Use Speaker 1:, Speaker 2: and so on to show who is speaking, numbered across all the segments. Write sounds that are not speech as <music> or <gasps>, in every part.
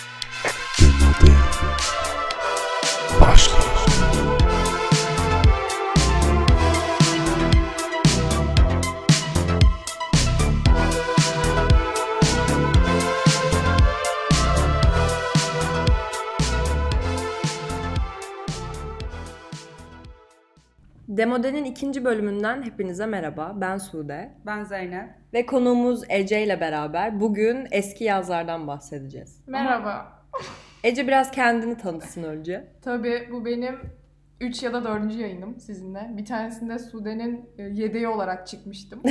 Speaker 1: Hadi. Başlıyoruz.
Speaker 2: Demode'nin ikinci bölümünden hepinize merhaba. Ben Sude.
Speaker 3: Ben Zeynep.
Speaker 2: Ve konuğumuz Ece ile beraber bugün eski yazlardan bahsedeceğiz.
Speaker 4: Merhaba.
Speaker 2: Ece biraz kendini tanıtsın önce.
Speaker 4: Tabii bu benim 3 ya da 4. yayınım sizinle. Bir tanesinde Sude'nin e, yedeği olarak <laughs> çıkmıştım.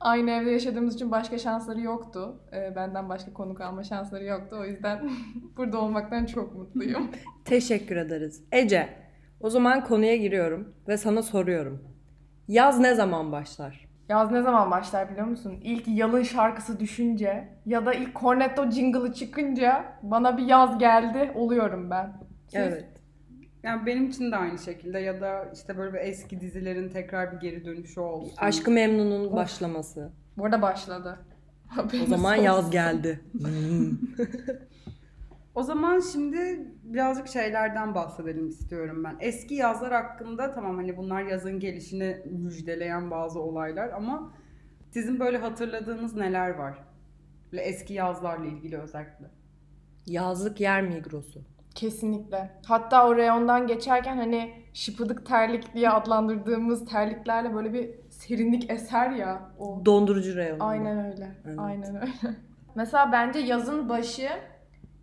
Speaker 4: Aynı evde yaşadığımız için başka şansları yoktu. E, Benden başka konuk alma şansları yoktu. O yüzden <laughs> burada olmaktan çok mutluyum.
Speaker 2: Teşekkür ederiz. Ece, o zaman konuya giriyorum ve sana soruyorum. Yaz ne zaman başlar?
Speaker 4: <laughs> Yaz ne zaman başlar biliyor musun? İlk yalın şarkısı düşünce ya da ilk cornetto jingle'ı çıkınca bana bir yaz geldi oluyorum ben. Siz-
Speaker 2: Evet.
Speaker 3: Yani benim için de aynı şekilde ya da işte böyle bir eski dizilerin tekrar bir geri dönüşü olsun.
Speaker 2: Aşkı Memnun'un başlaması.
Speaker 4: Bu arada <laughs> başladı.
Speaker 2: O zaman yaz geldi.
Speaker 4: Hmm.
Speaker 3: O zaman şimdi birazcık şeylerden bahsedelim istiyorum ben. Eski yazlar hakkında tamam hani bunlar yazın gelişini müjdeleyen bazı olaylar ama sizin böyle hatırladığınız neler var? Böyle eski yazlarla ilgili özellikle.
Speaker 2: Yazlık yer migrosu.
Speaker 4: Kesinlikle. Hatta o reyondan geçerken hani şıpıdık terlik diye adlandırdığımız terliklerle böyle bir serinlik eser ya. O.
Speaker 2: Dondurucu reyonu.
Speaker 4: Aynen öyle.
Speaker 2: Evet.
Speaker 4: Aynen öyle. mesela bence yazın başı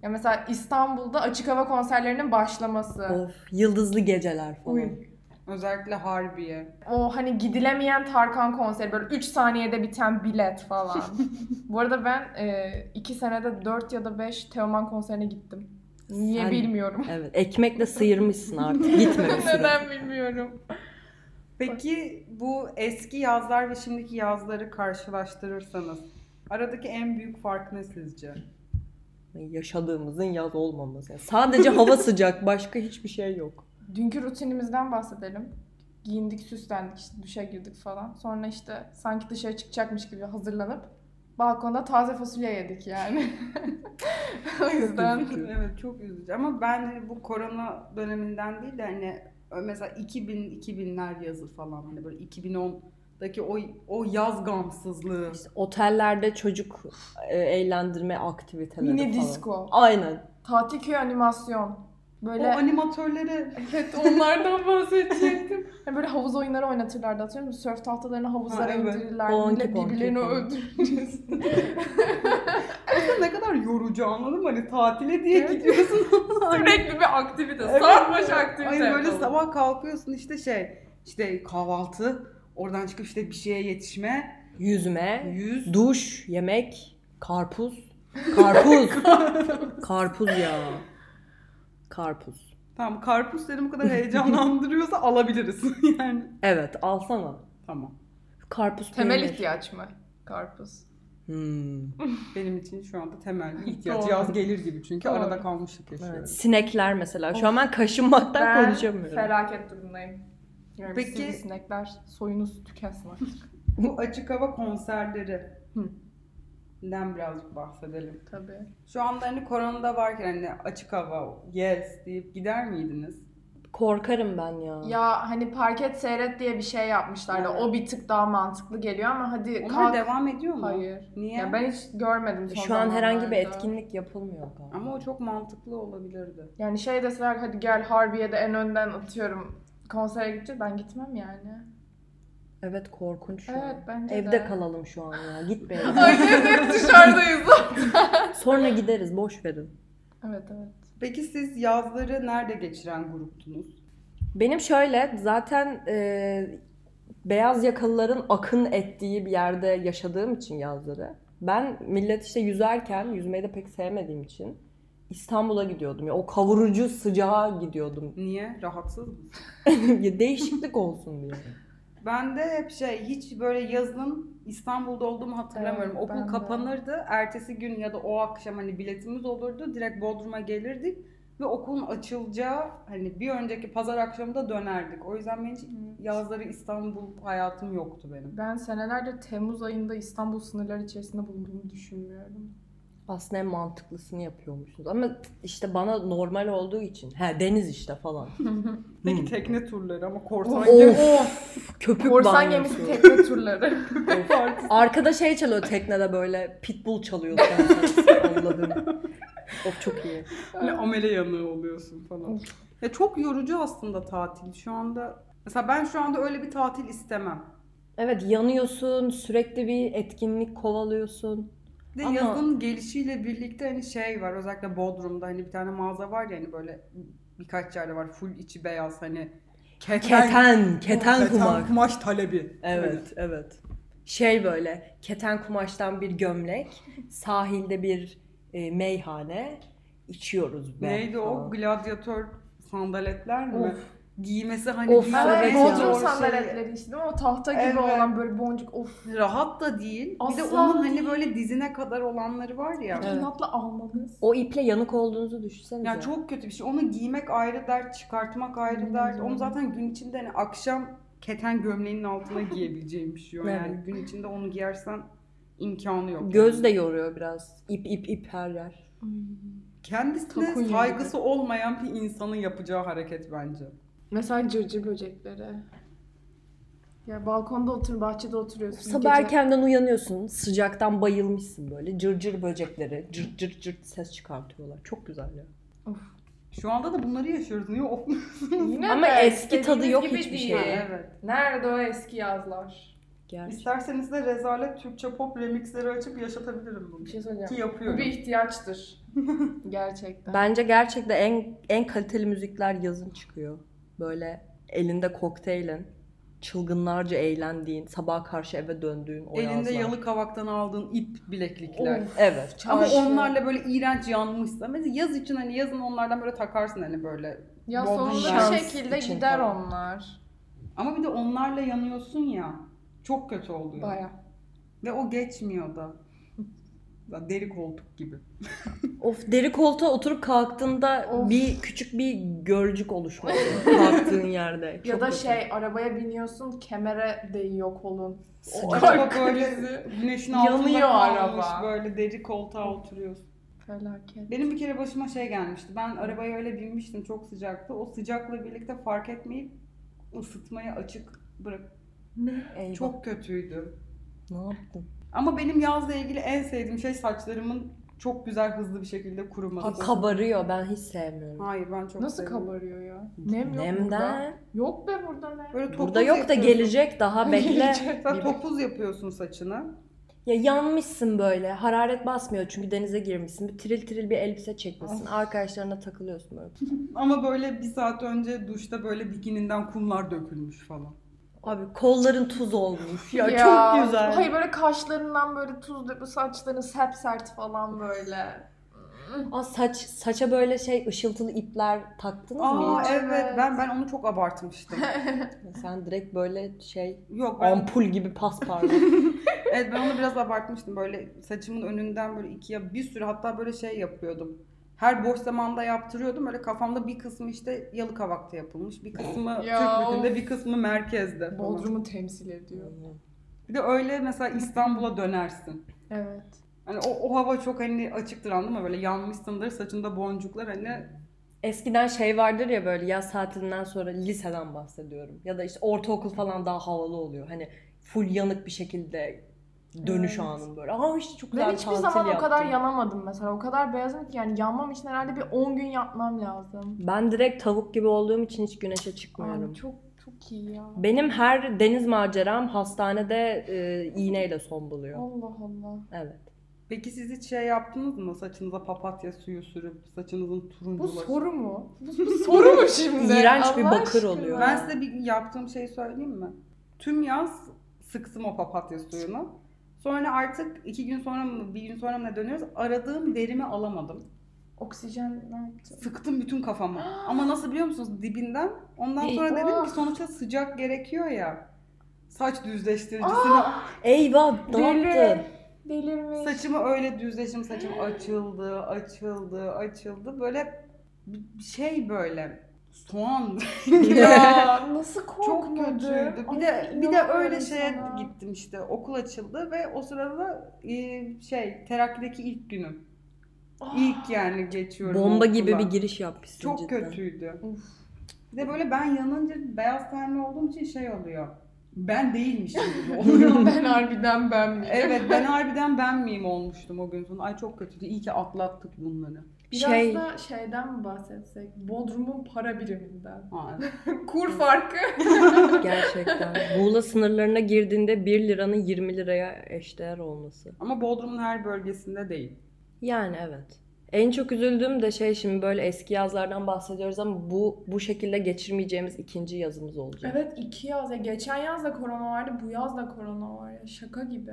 Speaker 4: ya mesela İstanbul'da açık hava konserlerinin başlaması.
Speaker 2: Of, yıldızlı geceler falan.
Speaker 4: Uy.
Speaker 3: Özellikle Harbiye.
Speaker 4: O hani gidilemeyen Tarkan konseri böyle 3 saniyede biten bilet
Speaker 2: <laughs>
Speaker 4: falan. Bu arada ben 2 senede 4 ya da 5 Teoman konserine gittim. Niye
Speaker 2: Sen-
Speaker 4: bilmiyorum.
Speaker 2: Evet, ekmekle sıyırmışsın artık. Gitme bir süre.
Speaker 4: <laughs> Neden bilmiyorum.
Speaker 3: Peki bu eski yazlar ve şimdiki yazları karşılaştırırsanız aradaki en büyük fark ne sizce?
Speaker 2: yaşadığımızın yaz olmaması. Yani sadece hava <laughs> sıcak, başka hiçbir şey yok.
Speaker 4: Dünkü rutinimizden bahsedelim. Giyindik, süslendik, işte duşa girdik falan. Sonra işte sanki dışarı çıkacakmış gibi hazırlanıp balkonda taze fasulye yedik yani. <laughs> o yüzden
Speaker 3: Üzücü. <laughs> Evet çok üzücü ama ben hani bu korona döneminden değil de hani mesela 2000 2000'ler yazı falan hani böyle 2010'daki o o yaz gamsızlığı.
Speaker 2: İşte otellerde çocuk e, eğlendirme aktiviteleri
Speaker 4: yine
Speaker 2: falan.
Speaker 4: disco.
Speaker 2: Aynen.
Speaker 4: Tatil köy animasyon. Böyle
Speaker 3: O <laughs> animatörlere
Speaker 4: <laughs> evet onlardan bahsedecektim. Yani böyle havuz oyunları oynatırlardı hatırlıyor musun? Sörf tahtalarını havuzlara
Speaker 3: Ha, evet.
Speaker 4: indirirler.
Speaker 2: Bonki
Speaker 4: Millet
Speaker 2: bonki
Speaker 4: birbirlerini
Speaker 2: falan.
Speaker 4: öldürürüz.
Speaker 3: <laughs> aslında ne kadar yorucu anladın mı? Hani tatile diye
Speaker 4: Evet.
Speaker 3: gidiyorsun.
Speaker 4: Sürekli bir aktivite.
Speaker 3: Evet.
Speaker 4: Sarmaş aktivite.
Speaker 3: Hayır böyle
Speaker 4: yapalım.
Speaker 3: sabah kalkıyorsun işte şey işte kahvaltı oradan çıkıp işte bir şeye yetişme
Speaker 2: Yüzme,
Speaker 3: yüz
Speaker 2: duş, yemek, karpuz. Karpuz. <laughs> karpuz ya. Karpuz.
Speaker 3: Tamam karpuz seni bu kadar heyecanlandırıyorsa <laughs> alabiliriz yani.
Speaker 2: Evet, alsana.
Speaker 3: Tamam.
Speaker 2: Karpuz
Speaker 4: Temel
Speaker 2: peynir.
Speaker 4: ihtiyaç mı? Karpuz.
Speaker 2: Hmm.
Speaker 3: Benim için şu anda temel bir ihtiyaç.
Speaker 4: Doğru.
Speaker 3: Yaz gelir gibi çünkü
Speaker 4: Doğru.
Speaker 3: arada kalmışlık yaşıyorum.
Speaker 2: Evet. Sinekler mesela. Şu an ben kaşınmaktan
Speaker 4: Ben
Speaker 2: konuşamıyorum.
Speaker 4: felaket durumdayım. Yani
Speaker 3: Peki-
Speaker 4: Peki. sinekler soyunuz
Speaker 2: <laughs>
Speaker 4: tükensin artık.
Speaker 3: Bu açık hava konserleri
Speaker 4: Hı.
Speaker 3: den birazcık bahsedelim.
Speaker 4: Tabii.
Speaker 3: Şu anda hani koronada varken hani açık hava yes deyip gider miydiniz?
Speaker 2: Korkarım ben ya.
Speaker 4: Ya hani parket seyret diye bir şey yapmışlardı.
Speaker 3: Evet.
Speaker 4: O bir tık daha mantıklı geliyor ama hadi
Speaker 3: Onlar
Speaker 4: E, kalk.
Speaker 3: devam ediyor mu?
Speaker 4: Hayır.
Speaker 3: Niye?
Speaker 4: Ya ben hiç görmedim son
Speaker 2: Şu an herhangi bir
Speaker 4: zamanlarda.
Speaker 2: etkinlik yapılmıyor galiba.
Speaker 3: Ama o çok mantıklı olabilirdi.
Speaker 4: Yani şey deseler hadi gel Harbiye'de en önden atıyorum konsere gideceğiz. Ben gitmem yani.
Speaker 2: Evet korkunç. ya.
Speaker 4: Evet bence de.
Speaker 2: Evde
Speaker 4: <laughs>
Speaker 2: kalalım şu an ya. Git be.
Speaker 4: Ay biz hep dışarıdayız. <laughs>
Speaker 2: Sonra gideriz boş verin.
Speaker 4: evet evet.
Speaker 3: Peki siz yazları nerede geçiren gruptunuz?
Speaker 2: Benim şöyle zaten e, beyaz yakalıların akın ettiği bir yerde yaşadığım için yazları. Ben millet işte yüzerken yüzmeyi de pek sevmediğim için İstanbul'a gidiyordum. Ya o kavurucu sıcağa gidiyordum. <laughs>
Speaker 3: Niye? Rahatsız mısınız?
Speaker 2: Ya Değişiklik olsun diye.
Speaker 3: Ben de hep şey hiç böyle yazın İstanbul'da olduğumu hatırlamıyorum.
Speaker 4: Evet, ben
Speaker 3: Okul
Speaker 4: de.
Speaker 3: kapanırdı. Ertesi gün ya da o akşam hani biletimiz olurdu. Direkt Bodrum'a gelirdik. Ve okulun açılacağı hani bir önceki pazar akşamı da dönerdik. O yüzden benim hiç yazları İstanbul hayatım yoktu benim.
Speaker 4: Ben senelerdir Temmuz ayında İstanbul sınırları içerisinde bulunduğumu düşünmüyorum.
Speaker 2: Aslında en mantıklısını yapıyormuşsunuz. Ama işte bana normal olduğu için. He deniz işte falan.
Speaker 3: Peki
Speaker 2: Hmm.
Speaker 3: tekne turları ama korsan <laughs> gibi.
Speaker 2: of! Köpük
Speaker 4: Korsan
Speaker 2: banyosu.
Speaker 4: gemisi
Speaker 2: <laughs>
Speaker 4: tekne turları.
Speaker 2: Arkada şey çalıyor teknede böyle. Pitbull çalıyor. Allah'ım. Of çok iyi.
Speaker 3: Böyle Hani amele yanığı oluyorsun falan. ya çok yorucu aslında tatil şu anda. Mesela ben şu anda öyle bir tatil istemem.
Speaker 2: Evet yanıyorsun. Sürekli bir etkinlik kovalıyorsun.
Speaker 3: Bir De
Speaker 2: Ama-
Speaker 3: yazın gelişiyle birlikte hani şey var özellikle Bodrum'da hani bir tane mağaza var ya hani böyle birkaç yerde var full içi beyaz hani
Speaker 2: Keten. Keten kumaş.
Speaker 3: kumaş talebi.
Speaker 2: Evet, evet. Şey böyle keten kumaştan bir gömlek, sahilde bir e, meyhane içiyoruz be.
Speaker 3: Hani, Neydi o
Speaker 2: falan.
Speaker 3: gladyatör sandaletler mi?
Speaker 2: Of.
Speaker 3: Giymesi hani
Speaker 2: Of,
Speaker 3: bilmem
Speaker 2: evet
Speaker 4: Evet,
Speaker 3: ne
Speaker 2: ya.
Speaker 4: Bodrum
Speaker 3: zor şey.
Speaker 4: sandaletleri işte değil mi? O tahta gibi
Speaker 3: Evet.
Speaker 4: olan böyle boncuk. Of.
Speaker 3: Rahat da değil. bir de
Speaker 4: Asla
Speaker 3: onun hani
Speaker 4: değil.
Speaker 3: böyle dizine kadar olanları var ya.
Speaker 2: Evet.
Speaker 4: İnatla almalıyız.
Speaker 2: O iple yanık olduğunuzu düşünsenize.
Speaker 3: Ya çok kötü bir şey. Onu giymek ayrı dert, çıkartmak ayrı
Speaker 4: Hmm.
Speaker 3: dert. Onu zaten gün içinde hani akşam keten gömleğinin altına giyebileceğim bir şey o.
Speaker 2: Evet.
Speaker 3: Yani gün içinde onu giyersen imkanı yok.
Speaker 2: Göz de yoruyor biraz. İp ip ip her yer.
Speaker 3: Kendisine
Speaker 4: Takunya
Speaker 3: saygısı olmayan bir insanın yapacağı hareket bence.
Speaker 4: Mesela cırcır böcekleri. Ya balkonda otur, bahçede oturuyorsun.
Speaker 2: Sabah
Speaker 4: Gece-
Speaker 2: erkenden uyanıyorsun. Sıcaktan bayılmışsın böyle. Cırcır böcekleri cırt cırt cırt ses çıkartıyorlar. Çok güzel ya.
Speaker 3: Şu anda da bunları yaşıyoruz. Niye of?
Speaker 4: Yine
Speaker 2: Ama
Speaker 4: de
Speaker 2: eski tadı
Speaker 4: dediğimiz
Speaker 2: yok
Speaker 4: gibi
Speaker 2: hiçbir
Speaker 4: değil.
Speaker 2: şey.
Speaker 3: evet.
Speaker 4: Nerede o eski yazlar?
Speaker 2: Gerçi.
Speaker 3: <laughs> İsterseniz de rezalet Türkçe pop remixleri açıp yaşatabilirim bunu.
Speaker 4: Bir şey söyleyeceğim.
Speaker 3: Ki
Speaker 4: Bu
Speaker 3: yapıyorum.
Speaker 4: bir ihtiyaçtır. Gerçekten.
Speaker 2: Bence gerçekten en en kaliteli müzikler yazın çıkıyor. Böyle elinde kokteylin, çılgınlarca eğlendiğin, sabaha karşı eve döndüğün o
Speaker 3: Elinde
Speaker 2: yazlar.
Speaker 3: yalı kavaktan aldığın ip bileklikler.
Speaker 4: Of.
Speaker 2: Evet.
Speaker 3: Ama
Speaker 4: Çarşı.
Speaker 3: onlarla böyle iğrenç yanmışsa mesela yaz için hani yazın onlardan böyle takarsın hani böyle.
Speaker 4: Ya
Speaker 3: Bodrum
Speaker 4: sonunda
Speaker 3: Şans
Speaker 4: bir şekilde
Speaker 2: için
Speaker 4: gider
Speaker 2: falan.
Speaker 4: onlar.
Speaker 3: Ama bir de onlarla yanıyorsun ya. Çok kötü oluyor.
Speaker 4: Baya.
Speaker 3: Ve o geçmiyor da. Ya Deri koltuk gibi.
Speaker 2: Of deri koltuğa oturup kalktığında
Speaker 4: Of.
Speaker 2: bir küçük bir görcük oluşmalı <laughs> kalktığın yerde.
Speaker 4: Ya
Speaker 2: Çok
Speaker 4: da
Speaker 2: kötü.
Speaker 4: şey arabaya biniyorsun kemere değiyor kolun.
Speaker 3: O
Speaker 2: Sıcak.
Speaker 3: araba
Speaker 4: Kalk
Speaker 3: böyle
Speaker 4: krizi.
Speaker 3: güneşin
Speaker 4: Yanıyor
Speaker 3: altında kalmış
Speaker 4: araba.
Speaker 3: böyle deri koltuğa oturuyorsun.
Speaker 4: Felaket.
Speaker 3: Benim bir kere başıma şey gelmişti. Ben arabaya öyle binmiştim çok sıcaktı. O sıcakla birlikte fark etmeyip ısıtmayı açık bırak.
Speaker 2: Eyvah,
Speaker 3: Çok kötüydü.
Speaker 2: ne yaptın?
Speaker 3: Ama benim yazla ilgili en sevdiğim şey saçlarımın çok güzel hızlı bir şekilde
Speaker 2: Ha,
Speaker 3: kuruması.
Speaker 2: kabarıyor ben hiç sevmiyorum.
Speaker 3: Hayır ben çok
Speaker 4: Nasıl
Speaker 3: seviyorum.
Speaker 4: kabarıyor ya? Nem yok burada.
Speaker 2: Nemden.
Speaker 4: Yok be burada
Speaker 2: <laughs>
Speaker 4: nem.
Speaker 3: Böyle topuz
Speaker 2: Burada yok da
Speaker 3: yapıyorsun. <laughs>
Speaker 2: gelecek
Speaker 4: <laughs>
Speaker 2: daha bekle.
Speaker 3: Sen topuz yapıyorsun saçını.
Speaker 2: Ya yanmışsın böyle. Hararet basmıyor çünkü denize girmişsin. Bir tril tril bir elbise çekmişsin. Arkadaşlarına takılıyorsun böyle.
Speaker 3: Ama böyle bir saat önce duşta böyle bikininden kumlar dökülmüş falan.
Speaker 2: Abi kolların tuz olmuş. Ya, çok güzel.
Speaker 4: Hayır böyle kaşlarından böyle tuz dökü saçların sert sert falan böyle.
Speaker 2: Aa, saç saça böyle şey ışıltılı ipler taktınız mı
Speaker 3: Aa
Speaker 2: hiç?
Speaker 3: evet.
Speaker 4: Evet.
Speaker 3: ben ben onu çok
Speaker 2: <laughs>
Speaker 3: abartmıştım.
Speaker 2: Sen direkt böyle şey
Speaker 3: Yok ben
Speaker 2: ampul gibi pas parmak.
Speaker 3: evet ben onu biraz abartmıştım. Böyle saçımın önünden böyle ikiye bir sürü hatta böyle şey yapıyordum. Her boş zamanda yaptırıyordum. Böyle kafamda bir kısmı işte Yalıkavak'ta yapılmış. Bir kısmı
Speaker 4: Ya,
Speaker 3: Türk bütünde,
Speaker 4: of.
Speaker 3: bir kısmı merkezde. falan.
Speaker 4: Bodrum'u temsil ediyor.
Speaker 3: Bir de öyle mesela İstanbul'a dönersin.
Speaker 4: Evet.
Speaker 3: Hani o, o hava çok hani açıktır anladın mı? Böyle yanmışsındır saçında boncuklar hani
Speaker 2: Eskiden şey vardır ya böyle yaz tatilinden sonra liseden bahsediyorum. Ya da işte ortaokul falan daha havalı oluyor. Hani full yanık bir şekilde dönüş
Speaker 4: Evet.
Speaker 2: anın böyle. Aa işte çok güzel
Speaker 4: Ben hiçbir
Speaker 2: tatil
Speaker 4: zaman o kadar
Speaker 2: yaptım.
Speaker 4: yanamadım mesela. O kadar beyazım ki yani yanmam için herhalde bir 10 gün yapmam lazım.
Speaker 2: Ben direkt tavuk gibi olduğum için hiç güneşe çıkmıyorum.
Speaker 4: Abi çok çok iyi ya.
Speaker 2: Benim her deniz maceram hastanede e, iğneyle son buluyor.
Speaker 4: Allah Allah.
Speaker 2: Evet.
Speaker 3: Peki siz hiç şey yaptınız mı? Saçınıza papatya suyu sürüp saçınızın
Speaker 4: Bu
Speaker 3: turunculaşı.
Speaker 4: soru mu? Bu bu soru
Speaker 2: <laughs>
Speaker 4: mu şimdi?
Speaker 2: İğrenç bir
Speaker 4: Allah
Speaker 2: bakır
Speaker 4: aşkına.
Speaker 2: oluyor.
Speaker 3: Ben size bir yaptığım şeyi söyleyeyim mi? Tüm yaz sıktım o papatya suyunu. Sonra artık iki gün sonra mı bir gün sonra mı ne dönüyoruz? Aradığım verimi alamadım.
Speaker 4: Oksijen ne yaptı?
Speaker 3: Sıktım bütün kafamı. Ama nasıl biliyor musunuz? Dibinden. Ondan sonra dedim ki sonuçta sıcak gerekiyor ya. Saç düzleştiricisini
Speaker 2: Eyvah ne yaptın?
Speaker 4: Deli. Delirmiş.
Speaker 3: Saçımı öyle düzleşim saçım açıldı, açıldı, açıldı. Böyle bir şey böyle soğan
Speaker 4: ya nasıl
Speaker 3: çok
Speaker 4: korkmadı?
Speaker 3: kötüydü. Bir
Speaker 4: Ay,
Speaker 3: de bir de
Speaker 4: inanamıyorum
Speaker 3: öyle şeye
Speaker 4: sana.
Speaker 3: gittim işte okul açıldı ve o sırada da, e, şey terakkideki ilk günüm.
Speaker 4: Ah,
Speaker 3: İlk yani geçiyorum
Speaker 2: Bomba
Speaker 3: okula.
Speaker 2: gibi bir giriş yapmışsın
Speaker 3: Çok
Speaker 2: cidden.
Speaker 3: kötüydü.
Speaker 4: Uf.
Speaker 3: Bir de böyle ben yanınca beyaz tenli olduğum için şey oluyor. Ben değilmişim
Speaker 4: <laughs>
Speaker 3: gibi <laughs>
Speaker 4: Ah.
Speaker 3: oluyor.
Speaker 4: ben harbiden ben miyim?
Speaker 3: evet ben harbiden ben miyim olmuştum o gün sonu. Ay çok kötüydü. İyi ki atlattık bunları.
Speaker 4: Biraz
Speaker 2: Şey-
Speaker 4: da şeyden mi bahsetsek? Bodrum'un para biriminden.
Speaker 3: Aa,
Speaker 4: Kur farkı.
Speaker 2: <laughs> Gerçekten. Muğla sınırlarına girdiğinde 1 liranın 20 liraya eşdeğer olması.
Speaker 3: Ama Bodrum'un her bölgesinde değil.
Speaker 2: Yani evet. En çok üzüldüğüm de şey şimdi böyle eski yazlardan bahsediyoruz ama bu bu şekilde geçirmeyeceğimiz ikinci yazımız olacak.
Speaker 4: Evet iki yaz. Ya geçen yaz da korona vardı, bu yaz da korona var ya. Şaka gibi.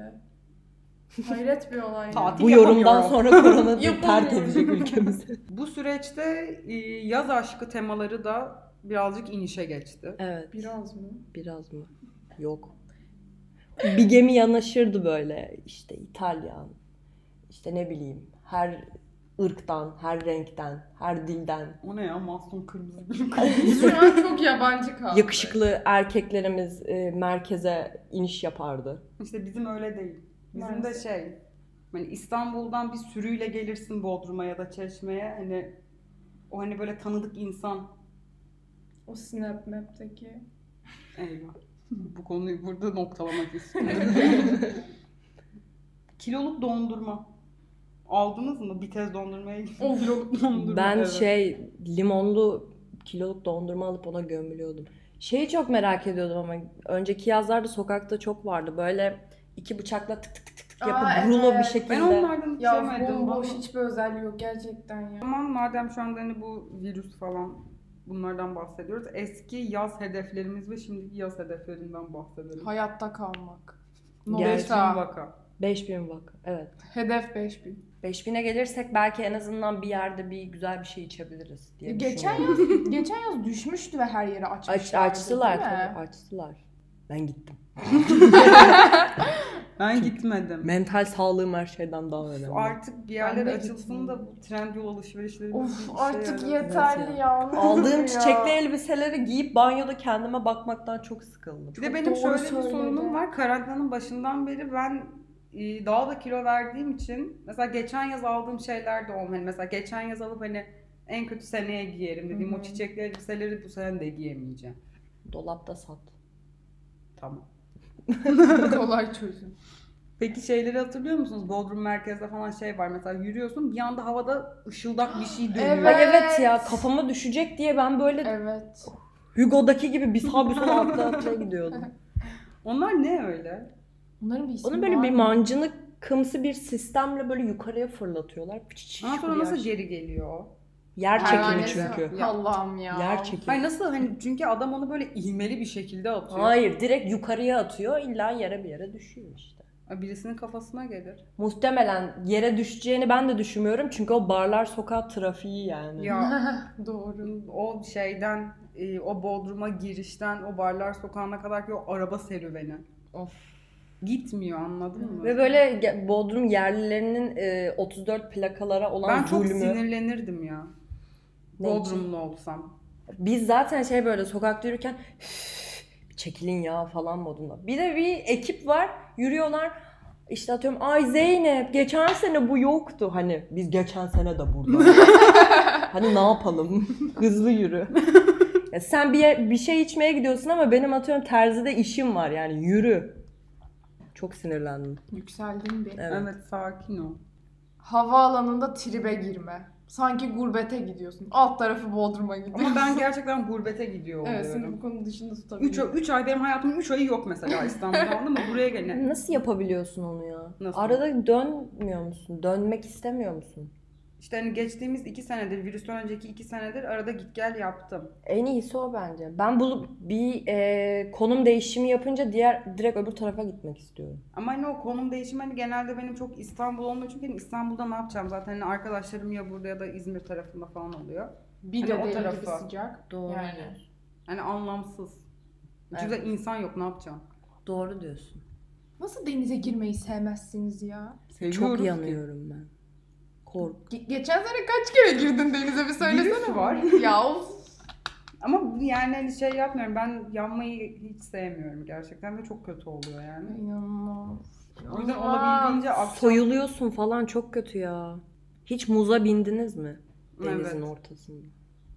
Speaker 4: Hayret bir olay. ya.
Speaker 3: Tatil.
Speaker 2: Bu yorumdan
Speaker 3: Yapamıyorum.
Speaker 2: sonra
Speaker 4: <laughs>
Speaker 2: korona da
Speaker 4: Yapamıyorum.
Speaker 2: terk edecek
Speaker 4: <laughs>
Speaker 2: ülkemizi.
Speaker 3: Bu süreçte e, yaz aşkı temaları da birazcık inişe geçti.
Speaker 2: Evet.
Speaker 4: Biraz mı?
Speaker 2: Biraz mı? Yok. Bir gemi yanaşırdı böyle işte İtalyan, işte ne bileyim her ırktan, her renkten, her dilden.
Speaker 3: O ne ya masum
Speaker 2: <laughs>
Speaker 3: kırmızı bir
Speaker 4: Şu an çok yabancı kaldı.
Speaker 2: Yakışıklı erkeklerimiz e, merkeze iniş yapardı.
Speaker 3: İşte bizim öyle değil. Bizim
Speaker 4: Maalesef.
Speaker 3: de şey hani İstanbul'dan bir sürüyle gelirsin Bodrum'a ya da Çeşme'ye hani o hani böyle tanıdık insan
Speaker 4: O snap map'teki.
Speaker 2: <laughs>
Speaker 3: eyvah. Bu konuyu burada noktalamak istiyorum. Kiloluk dondurma. Aldınız mı? Bir tez dondurmaya gittim.
Speaker 4: Of. <laughs>
Speaker 3: Kiloluk dondurma.
Speaker 2: Ben
Speaker 3: evet.
Speaker 2: şey limonlu kiloluk dondurma alıp ona gömülüyordum. Şeyi çok merak ediyordum ama önceki yazlarda sokakta çok vardı. Böyle iki bıçakla tık tık tık tık
Speaker 4: Aa,
Speaker 2: yapıp rulo bir
Speaker 4: evet.
Speaker 2: şekilde.
Speaker 3: ben onlardan hiç
Speaker 4: Ya
Speaker 3: yemedim.
Speaker 4: bomboş
Speaker 3: ama-
Speaker 4: hiçbir özelliği yok gerçekten ya.
Speaker 3: O zaman madem şu anda hani bu virüs falan bunlardan bahsediyoruz. Eski yaz hedeflerimiz ve şimdiki yaz hedeflerinden bahsedelim.
Speaker 4: Hayatta kalmak.
Speaker 2: Gerçi
Speaker 3: Beşin
Speaker 4: Nokta.
Speaker 3: vaka.
Speaker 2: 5000 vaka. Evet.
Speaker 4: Hedef 5000.
Speaker 2: 5000'e gelirsek belki en azından bir yerde bir güzel bir şey içebiliriz diye
Speaker 4: Geçen
Speaker 2: düşünüyorum. <laughs>
Speaker 4: yaz, geçen yaz düşmüştü ve her yere açmışlardı.
Speaker 2: Aç, açtılar
Speaker 4: değil mi?
Speaker 2: tabii açtılar. Ben gittim.
Speaker 3: Ben gitmedim.
Speaker 2: Mental sağlığım her şeyden daha önemli.
Speaker 3: <laughs> Artık bir yerler
Speaker 4: Ben de
Speaker 3: açılsın
Speaker 4: gitmedim.
Speaker 3: da bu Trendyol alışverişleri
Speaker 4: Of
Speaker 3: bir şey
Speaker 2: şey
Speaker 3: işe
Speaker 4: artık
Speaker 3: yarasın.
Speaker 4: yeterli ya. ne olur
Speaker 2: Aldığım
Speaker 4: <laughs> ya.
Speaker 2: çiçekli elbiseleri giyip banyoda kendime bakmaktan çok sıkıldım.
Speaker 3: Bir de
Speaker 4: Çok
Speaker 3: benim
Speaker 4: doğru
Speaker 3: şöyle bir
Speaker 4: söyledi.
Speaker 3: sorunum var. Karantinanın başından beri ben e, daha da kilo verdiğim için mesela geçen yaz aldığım şeyler de olmadı. Mesela geçen yaz alıp hani en kötü seneye giyerim dediğim
Speaker 4: Hı hı.
Speaker 3: o çiçekli elbiseleri bu sene de giyemeyeceğim.
Speaker 2: Dolapta sat.
Speaker 3: Tamam.
Speaker 4: Kolay çözüm.
Speaker 3: Peki şeyleri hatırlıyor musunuz? Bodrum merkezde falan şey var. Mesela yürüyorsun bir anda havada ışıldak bir şey dönüyor.
Speaker 4: Evet.
Speaker 2: Ay <gasps> evet ya kafama düşecek diye ben böyle
Speaker 4: Evet.
Speaker 2: Hugo'daki gibi bir sağ bir sola atlaya atlaya gidiyordum.
Speaker 3: Onlar ne öyle?
Speaker 4: Bunların bir ismi
Speaker 2: Onu böyle
Speaker 4: var
Speaker 2: bir
Speaker 4: mı?
Speaker 2: mancınık kımsı bir sistemle böyle yukarıya fırlatıyorlar. Piç
Speaker 3: Ondan sonra
Speaker 2: bir
Speaker 3: nasıl
Speaker 2: yer.
Speaker 3: geri geliyor?
Speaker 2: Yer çekimi
Speaker 4: Pervanesi.
Speaker 2: çünkü.
Speaker 4: Allah'ım ya.
Speaker 2: Yer çekimi.
Speaker 3: Hayır nasıl hani çünkü adam onu böyle ilmeli bir şekilde atıyor.
Speaker 2: Hayır direkt yukarıya atıyor illa yere bir yere düşüyor işte.
Speaker 3: Ay, Birisinin kafasına gelir.
Speaker 2: Muhtemelen yere düşeceğini ben de düşünmüyorum çünkü o barlar sokağı trafiği yani.
Speaker 3: Ya <laughs>
Speaker 4: Doğru.
Speaker 3: o şeyden e, o Bodrum'a girişten o barlar sokağına kadar ki o araba serüveni.
Speaker 2: Of.
Speaker 3: Gitmiyor anladın mı?
Speaker 2: Ve böyle ge- Bodrum yerlilerinin e, 34 plakalara olan
Speaker 3: ben çok
Speaker 2: zulmü.
Speaker 3: sinirlenirdim ya.
Speaker 2: Ne için?
Speaker 3: Bodrumlu olsam.
Speaker 2: Biz zaten şey böyle sokakta yürürken "Üf, çekilin ya falan modunda. Bir de bir ekip var yürüyorlar işte atıyorum ay Zeynep geçen sene bu yoktu hani biz geçen sene de burada. hani ne yapalım hızlı yürü. Ya sen bir, bir şey içmeye gidiyorsun ama benim atıyorum terzide işim var yani yürü. Çok sinirlendim.
Speaker 4: Yükseldim bir.
Speaker 2: Evet.
Speaker 3: evet sakin ol.
Speaker 4: Havaalanında tribe girme. Sanki gurbete gidiyorsun. Alt tarafı
Speaker 2: <laughs>
Speaker 4: Bodrum'a gidiyorsun.
Speaker 3: Ama ben gerçekten gurbete gidiyor oluyorum.
Speaker 4: Evet seni bu konu dışında
Speaker 3: Üç,
Speaker 4: tutabilirim.
Speaker 3: ay- üç ay benim hayatımın 3 ayı yok mesela İstanbul'da anladın mı? Buraya gelene.
Speaker 2: Nasıl yapabiliyorsun onu ya?
Speaker 3: Nasıl?
Speaker 2: Arada dönmüyor musun? Dönmek istemiyor musun?
Speaker 3: İşte hani geçtiğimiz 2 senedir, virüsten önceki 2 senedir arada git gel yaptım.
Speaker 2: En iyisi o bence. Ben bulup bir e, konum değişimi yapınca diğer direkt öbür tarafa gitmek istiyorum.
Speaker 3: Ama hani o konum değişimi hani genelde benim çok İstanbul olmuyor çünkü hani İstanbul'da ne yapacağım zaten hani arkadaşlarım ya burada ya da İzmir tarafında falan oluyor.
Speaker 4: Bir
Speaker 3: Hani
Speaker 4: de
Speaker 3: o
Speaker 4: deli gibi
Speaker 3: tarafa.
Speaker 4: sıcak.
Speaker 2: Doğru.
Speaker 4: Yani.
Speaker 3: Yani Hani anlamsız. Çünkü
Speaker 2: Evet.
Speaker 3: de insan yok ne yapacağım?
Speaker 2: Doğru diyorsun.
Speaker 4: Nasıl denize girmeyi sevmezsiniz ya?
Speaker 2: Çok yanıyorum ben. Korku.
Speaker 4: Ge- geçen sene kaç kere girdin denize bir söylesene.
Speaker 3: Virüs var.
Speaker 4: <laughs> ya of.
Speaker 3: Ama yani hani şey yapmıyorum. Ben yanmayı hiç sevmiyorum gerçekten ve çok kötü oluyor yani.
Speaker 4: İnanılmaz.
Speaker 3: O yüzden olabildiğince akşam...
Speaker 2: Soyuluyorsun falan çok kötü ya. Hiç muza bindiniz mi? Denizin
Speaker 3: Evet.
Speaker 2: ortasında.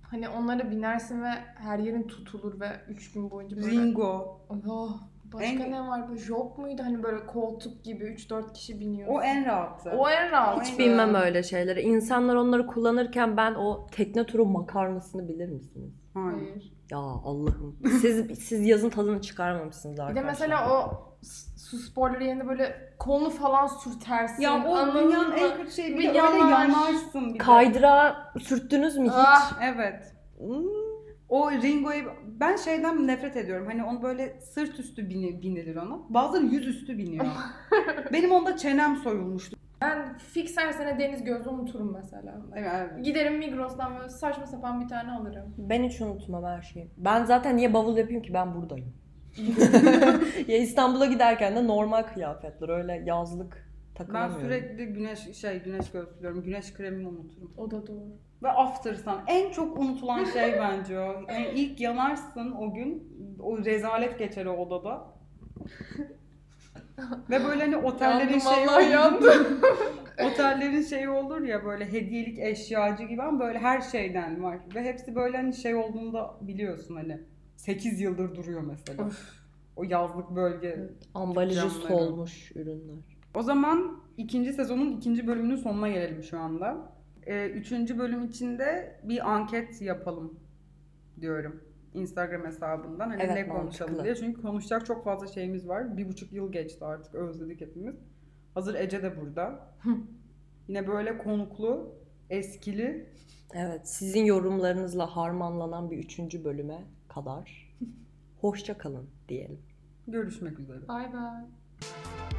Speaker 4: Hani onlara binersin ve her yerin tutulur ve 3 gün boyunca böyle...
Speaker 3: Ringo.
Speaker 4: Oh, başka
Speaker 3: En-
Speaker 4: ne var? Bu jok muydu? Hani böyle koltuk gibi 3-4 kişi biniyor.
Speaker 3: O en rahatı.
Speaker 4: o en rahat.
Speaker 3: Hiç
Speaker 2: Hiç bilmem öyle şeyleri. İnsanlar onları kullanırken ben o tekne turu makarnasını bilir misiniz?
Speaker 3: Hayır.
Speaker 4: Hayır.
Speaker 2: Ya Allah'ım. Siz siz yazın tadını çıkarmamışsınız
Speaker 4: Bir
Speaker 2: arkadaşlar.
Speaker 4: de mesela o s- su sporları yerine böyle kolunu falan sürtersin.
Speaker 3: Ya o
Speaker 4: anladın
Speaker 3: dünyanın
Speaker 4: mı?
Speaker 3: en kötü şeyi. Bir de
Speaker 4: Bir
Speaker 3: öyle
Speaker 4: yanar.
Speaker 3: yanarsın bir de.
Speaker 2: Kaydırağa sürttünüz mü hiç?
Speaker 4: Ah.
Speaker 3: Evet.
Speaker 2: Hmm.
Speaker 3: O Ringo'yu ben şeyden nefret ediyorum. Hani onu böyle sırt üstü bini- binilir ona. Bazıları yüz üstü biniyor. Benim onda çenem soyulmuştu.
Speaker 4: Ben fix her sene deniz gözü unuturum mesela.
Speaker 3: Evet.
Speaker 4: Giderim Migros'tan böyle saçma sapan bir tane alırım.
Speaker 2: Ben hiç unutmam her şeyi. Ben zaten niye bavul yapayım ki ben buradayım. ya İstanbul'a giderken de normal kıyafetler öyle yazlık
Speaker 3: Ben
Speaker 2: takılamıyorum.
Speaker 3: sürekli güneş şey güneş gözlüyorum. Güneş kremimi unuturum.
Speaker 4: O da doğru.
Speaker 3: Ve after sun. En çok unutulan
Speaker 4: <laughs>
Speaker 3: şey bence o. Yani ilk yanarsın o gün. O rezalet geçer o odada. Ve böyle hani otellerin
Speaker 4: Yandım
Speaker 3: şeyi
Speaker 4: vallahi yandım.
Speaker 3: <laughs>
Speaker 4: <laughs>
Speaker 3: otellerin şeyi olur ya böyle hediyelik eşyacı gibi ama böyle her şeyden var. Ve hepsi böyle hani şey olduğunu da biliyorsun hani. 8 yıldır duruyor mesela. O yazlık bölge
Speaker 2: Ambalajı
Speaker 3: Dükkanları.
Speaker 2: solmuş ürünler.
Speaker 3: o zaman ikinci sezonun ikinci bölümünün sonuna gelelim şu anda. Ee, üçüncü bölüm içinde bir anket yapalım diyorum. Instagram hesabından hani
Speaker 2: Evet,
Speaker 3: ne konuşalım
Speaker 2: mantıklı.
Speaker 3: diye. Çünkü konuşacak çok fazla şeyimiz var. Bir buçuk yıl geçti artık özledik hepimiz. Hazır Ece de burada.
Speaker 4: Hı.
Speaker 3: Yine böyle konuklu, eskili.
Speaker 2: Evet sizin yorumlarınızla harmanlanan bir üçüncü bölüme
Speaker 3: <laughs>
Speaker 2: kadar hoşça kalın diyelim.
Speaker 3: Görüşmek üzere.
Speaker 4: Bay bay.